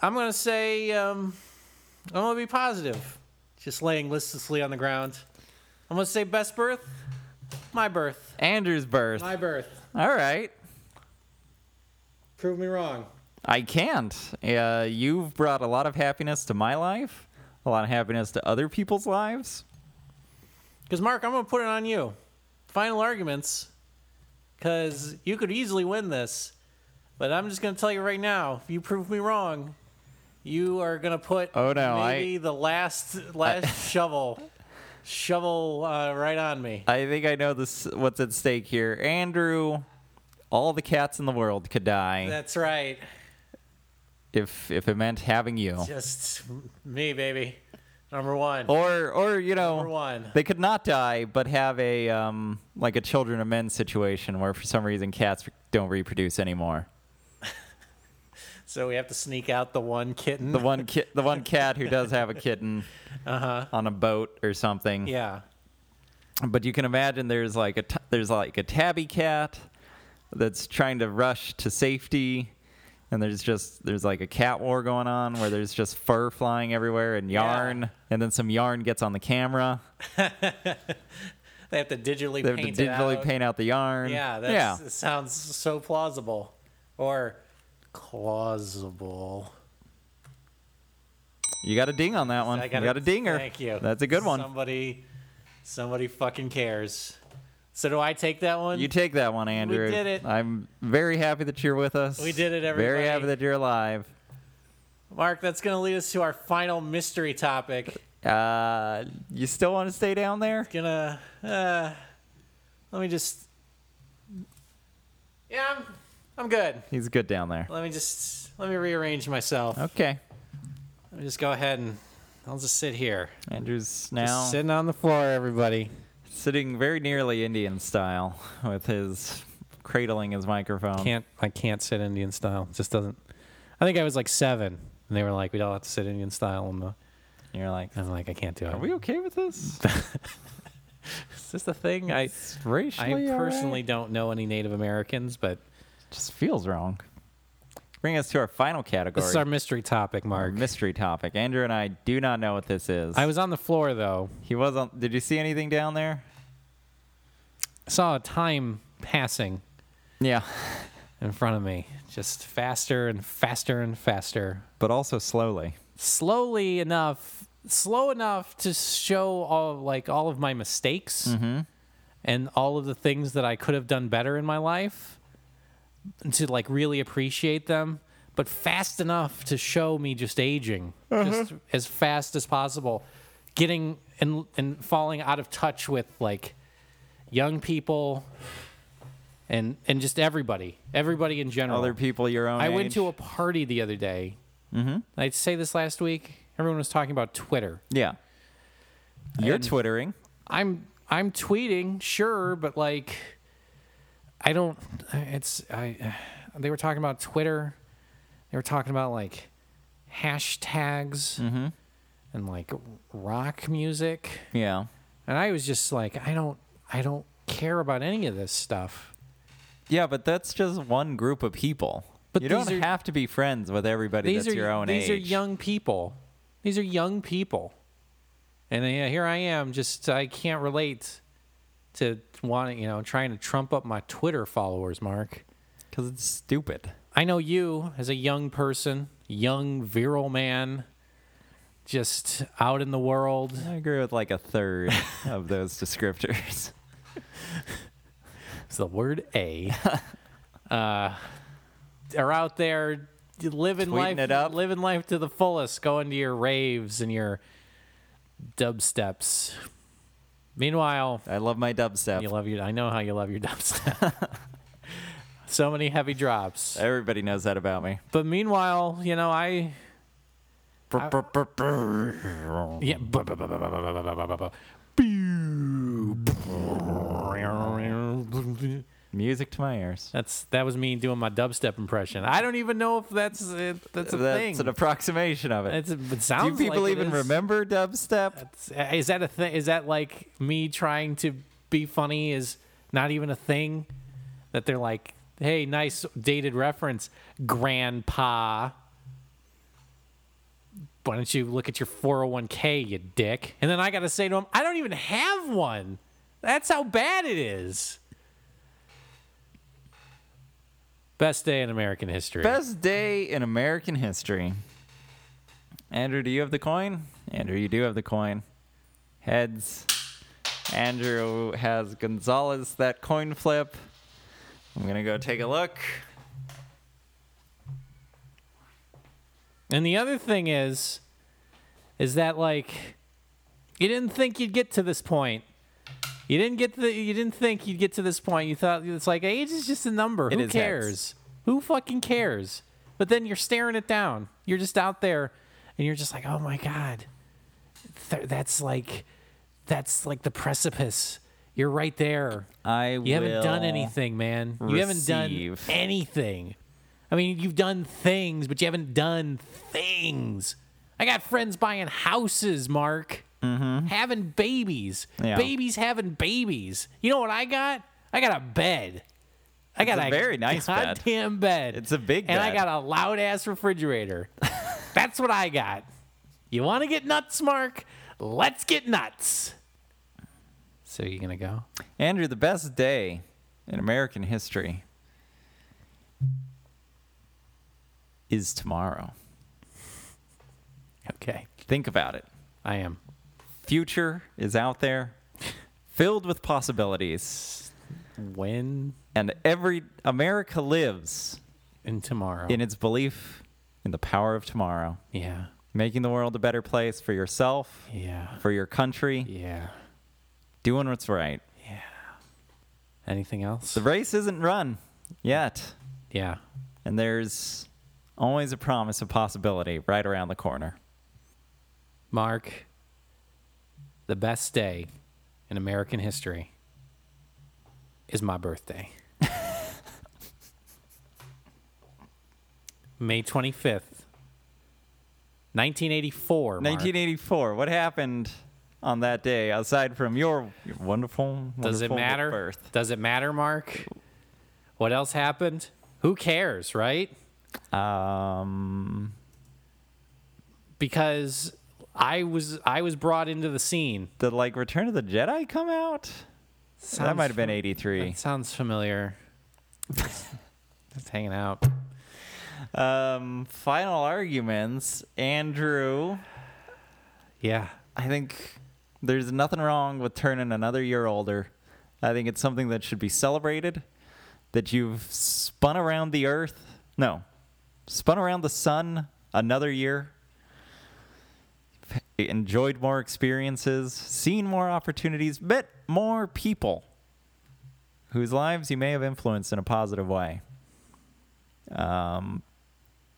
Uh, I'm gonna say um, I'm gonna be positive. Just laying listlessly on the ground. I'm gonna say best birth. My birth. Andrew's birth. My birth. All right. Prove me wrong. I can't. Uh, you've brought a lot of happiness to my life, a lot of happiness to other people's lives. Because Mark, I'm gonna put it on you. Final arguments, because you could easily win this, but I'm just gonna tell you right now. If you prove me wrong, you are gonna put Oh, no, I- maybe the last last shovel shovel uh, right on me. I think I know this what's at stake here. Andrew, all the cats in the world could die That's right. if if it meant having you. Just me, baby. Number one. Or or you Number know one. they could not die but have a um like a children of men situation where for some reason cats don't reproduce anymore. So we have to sneak out the one kitten. The one ki- the one cat who does have a kitten on a boat or something. Uh-huh. yeah. but you can imagine there's like a t- there's like a tabby cat that's trying to rush to safety and there's just there's like a cat war going on where there's just fur flying everywhere and yarn and then some yarn gets on the camera They have to digitally they have paint to it digitally out. paint out the yarn Yeah, that's, It sounds so plausible. Or plausible. yeah you got a ding on that one I you got a dinger Thank you. that's a good one Somebody, somebody fucking cares. So do I take that one? you take that one andrew did it. i'm very happy that you're with us We did it, very happy everybody. that you're alive Mark, that's going to lead us to our final mystery topic. uh you still want to stay down there Gonna, uh, let me just. Yeah, I'm, I'm good. he's good down there Let me just let me rearrange myself. okay Let me just go ahead and I'll just sit here, andrew's now just sitting on the floor, everybody. sitting very nearly Indian style with his cradling his microphone. can't I can't sit Indian style. It just doesn't. I think I was like seven, and they were like, "We all have to sit Indian style." And uh, And you're like, I'm like, "I can't do it." are we okay with this? Is this the thing? I It's racially, I all personally right? don't know any Native Americans, but just feels wrong. Bring us to our final category, this is our mystery topic, our Mark. mystery topic. Andrew and I do not know what this is. I was on the floor though. he wasn't. Did you see anything down there? I saw a time passing Yeah, in front of me, just faster and faster and faster. but also slowly. slowly enough, slow enough to show all like all of my mistakes and all of the things that I could have done better in my life and to like really appreciate them, but fast enough to show me just aging, just as fast as possible, getting and and falling out of touch with like young people and and just everybody, everybody in general. Other people your own Oh. I went age. to a party the other day. Mm-hmm. I'd say this last week. Everyone was talking about Twitter. Yeah. You're And- twittering. I'm I'm tweeting, sure, but like, I don't. It's I. They were talking about Twitter. They were talking about like hashtags and like rock music, Yeah. and I was just like, I don't, I don't care about any of this stuff. Yeah, but that's just one group of people. But you don't these are- have to be friends with everybody that's your own these age. are young people. These are young people, and uh, here I am. Just I can't relate to wanting, you know, trying to trump up my Twitter followers. Mark, Because it's stupid. I know you as a young person, young virile man, just out in the world. I agree with like a third of those descriptors. It's the word A. uh, are out there living Tweeting life, it up. living life to the fullest, going to your raves and your dubsteps. Meanwhile, I love my dubstep. you love your. I know how you love your dubstep. so many heavy drops. Everybody knows that about me. But meanwhile, you know I yeah. bu- bu- bu- bu- bu- bu- bu- bu- bu- bu- bu- Music to my ears. That's that was me doing my dubstep impression. I don't even know if that's it, that's a That's thing. an approximation of it. It's, it Do sounds people like it even is. remember dubstep? It's- Is that a thing? Is that like me trying to be funny? Is not even a thing that they're like, hey, nice dated reference, grandpa. Why don't you look at your 401k, you dick? And then I got to say to him, I don't even have one. That's how bad it is. Best day in American history. Best day in American history. Andrew, do you have the coin? Andrew, you do have the coin. Heads. Andrew has Gonzalez that coin flip. I'm going to go take a look. And the other thing is, is that like, you didn't think you'd get to this point. You didn't get the. You didn't think you'd get to this point. You thought it's like age is just a number. Who is heads. cares? Who fucking cares? But then you're staring it down. You're just out there, and you're just like, oh my god, Th- that's like, that's like the precipice. You're right there. I You haven't done will- anything, man. You haven't done receive. anything. I mean, you've done things, but you haven't done things. I got friends buying houses, Mark. Mm-hmm. Having babies. Yeah. Babies having babies. You know what I got? I got a bed. I got a very nice bed. goddamn bed. It's a big And I bed. got a loud ass refrigerator. That's what I got. You want to get nuts, Mark? Let's get nuts. So you gonna go? Andrew, the best day in American history is tomorrow. Okay, Think about it. I am. Future is out there, filled with possibilities, when and every America lives and tomorrow. in its belief in the power of tomorrow, yeah, making the world a better place for yourself, yeah, for your country, yeah. doing what's right. Anything else? The race isn't run yet, yeah, and there's always a promise of possibility right around the corner. Mark. The best day in American history is my birthday. May 25th, 1984. Mark. 1984. What happened on that day aside from your wonderful, wonderful Does it matter? birth? Does it matter, Mark? What else happened? Who cares, right? Um, Because I was I was brought into the scene. did like Return of the Jedi come out? that Sounds might have been fam- 83. That sounds familiar. Just hanging out. Um, final arguments, Andrew. Yeah. I think there's nothing wrong with turning another year older. I think it's something that should be celebrated. That you've spun around the earth, no, spun around the sun another year. Enjoyed more experiences, seen more opportunities, met more people whose lives you may have influenced in a positive way. Um,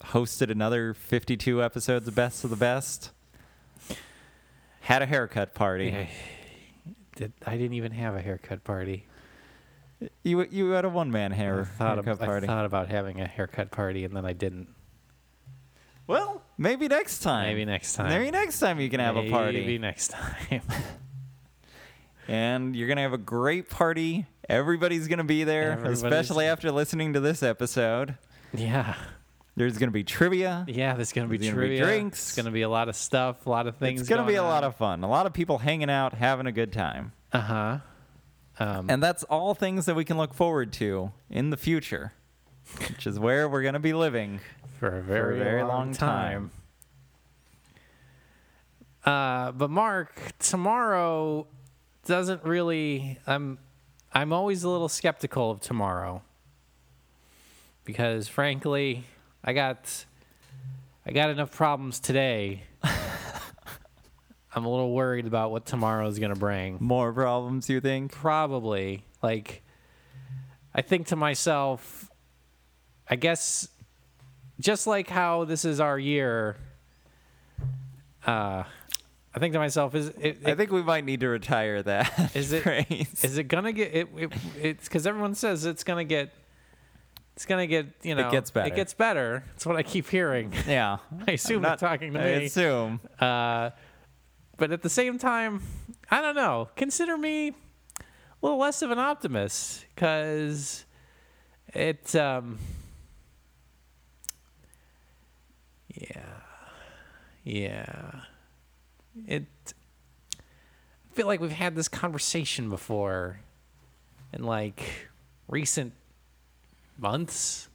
hosted another 52 episodes of Best of the Best. Had a haircut party. Yeah. Did, I didn't even have a haircut party. You you had a one man hair Thought haircut ab- party. I thought about having a haircut party and then I didn't. well, maybe next time. Maybe next time. Maybe next time you can have a Maybe party, next time. and you're gonna have a great party. Everybody's gonna be there, Everybody's- especially after listening to this episode. yeah. There's gonna be trivia. Yeah, there's going to be There's gonna be trivia. drinks. It's going to be a lot of stuff, a lot of things. It's gonna be going a lot on. of fun. A lot of people hanging out, having a good time. Uh-huh. Um, And that's all things that we can look forward to in the future, which is where we're going to be living. for a very, very long, long time. Uh, but Mark, tomorrow doesn't really. I'm I'm always a little skeptical of tomorrow because, frankly, I got I got enough problems today. I'm a little worried about what tomorrow's going to bring More problems, you think? probably like i think to myself i guess just like how this is our year uh i think to myself is it, I think we might need to retire that. Is it- phrase. is it gonna get it, it it's because everyone says it's gonna get it's gonna get you know gets better. it gets better it's what i keep hearing yeah. i assume Not- they're talking to I me assume. Uh, but at the same time, I don't know. Consider me a little less of an optimist because it. Um, yeah, yeah. It. I feel like we've had this conversation before, in like recent months,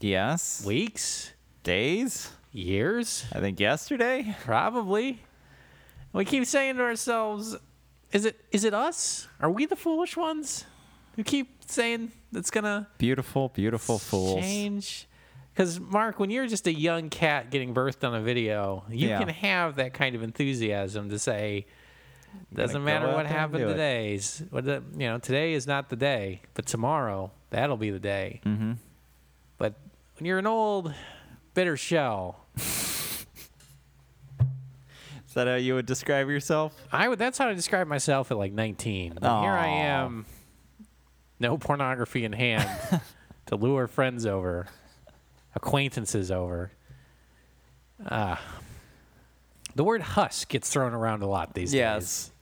Yes. weeks, Days? years. I think yesterday? Probably. We keep saying to ourselves, is it is it us? Are we the foolish ones who keep saying it's gonna Beautiful, beautiful fools. change? Because Mark, when you're just a young cat getting birthed on a video, you Yeah. can have that kind of enthusiasm to say, doesn't go matter out there what and happened do it." today's, what the, you know, today is not the day, but tomorrow that'll be the day. Mm-hmm. But when you're an old bitter shell, Is that how you would describe yourself? I would. That's how I describe myself at like 19. But Here I Aw. am, no pornography in hand, to lure friends over, acquaintances over. Ah, the word husk gets thrown around a lot these days. Yes.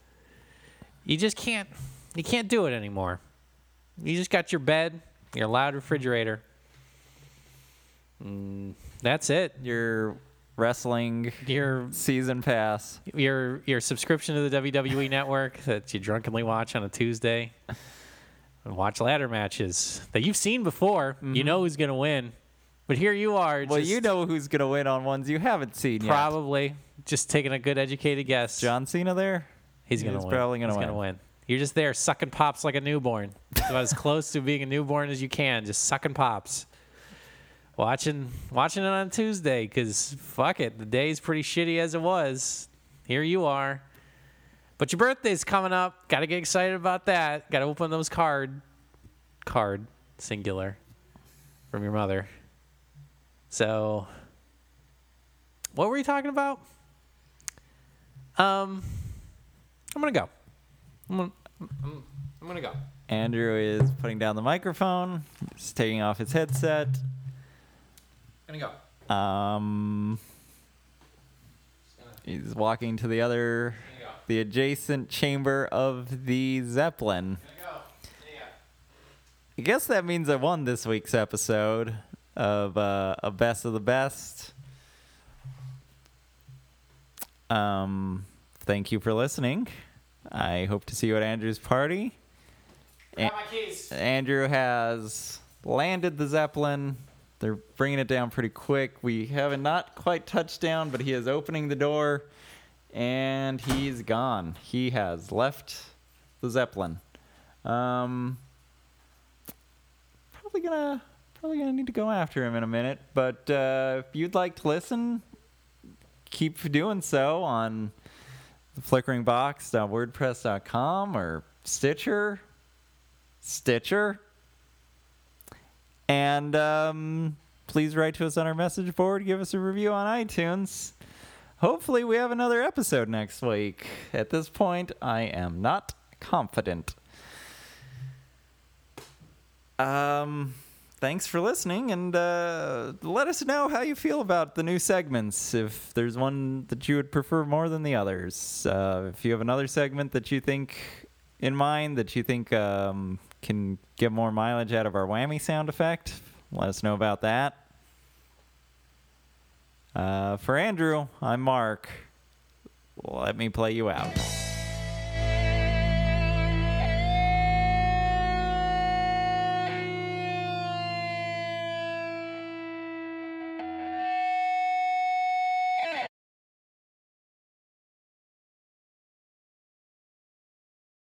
You just can't. You can't do it anymore. You just got your bed, your loud refrigerator. Mm, that's it. Your wrestling Your season pass. your your subscription to the WWE network that you drunkenly watch on a Tuesday and watch ladder matches that you've seen before. You know who's going to win. But here you are. Mm-hmm. Well, just you know who's going to win on ones you haven't seen yet. probably just taking a good educated guess. John Cena there? he's going to he's win. probably gonna he's win. to win. You're just there sucking pops like a newborn. It's about as close to being a newborn as you can, just sucking pops. Watching watching it on Tuesday cuz fuck it, the day's pretty shitty as it was. Here you are. But your birthday's coming up. Got to get excited about that. Got to open those card card singular from your mother. So what were you talking about? Um I'm going to go. I'm going I'm going to go. Andrew is putting down the microphone. He's taking off his headset. Gonna go. Um, he's walking to the other, the adjacent chamber of the Zeppelin. I guess that means I won this week's episode of uh, a best of the best. Um, thank you for listening. I hope to see you at Andrew's party. my keys. Andrew has landed the Zeppelin They're bringing it down pretty quick. We haven't not quite touched down, but he is opening the door, and he's gone. He has left the zeppelin. Um, probably gonna probably gonna need to go after him in a minute. But uh, if you'd like to listen, keep doing so on theflickeringbox.wordpress.com or Stitcher. Stitcher. And um, please write to us on our message board. Give us a review on iTunes. Hopefully, we have another episode next week. At this point, I am not confident. Um, thanks for listening, and uh, let us know how you feel about the new segments. If there's one that you would prefer more than the others, uh, if you have another segment that you think in mind that you think um, can get more mileage out of our whammy sound effect, let us know about that. Uh, for Andrew, I'm Mark. Let me play you out.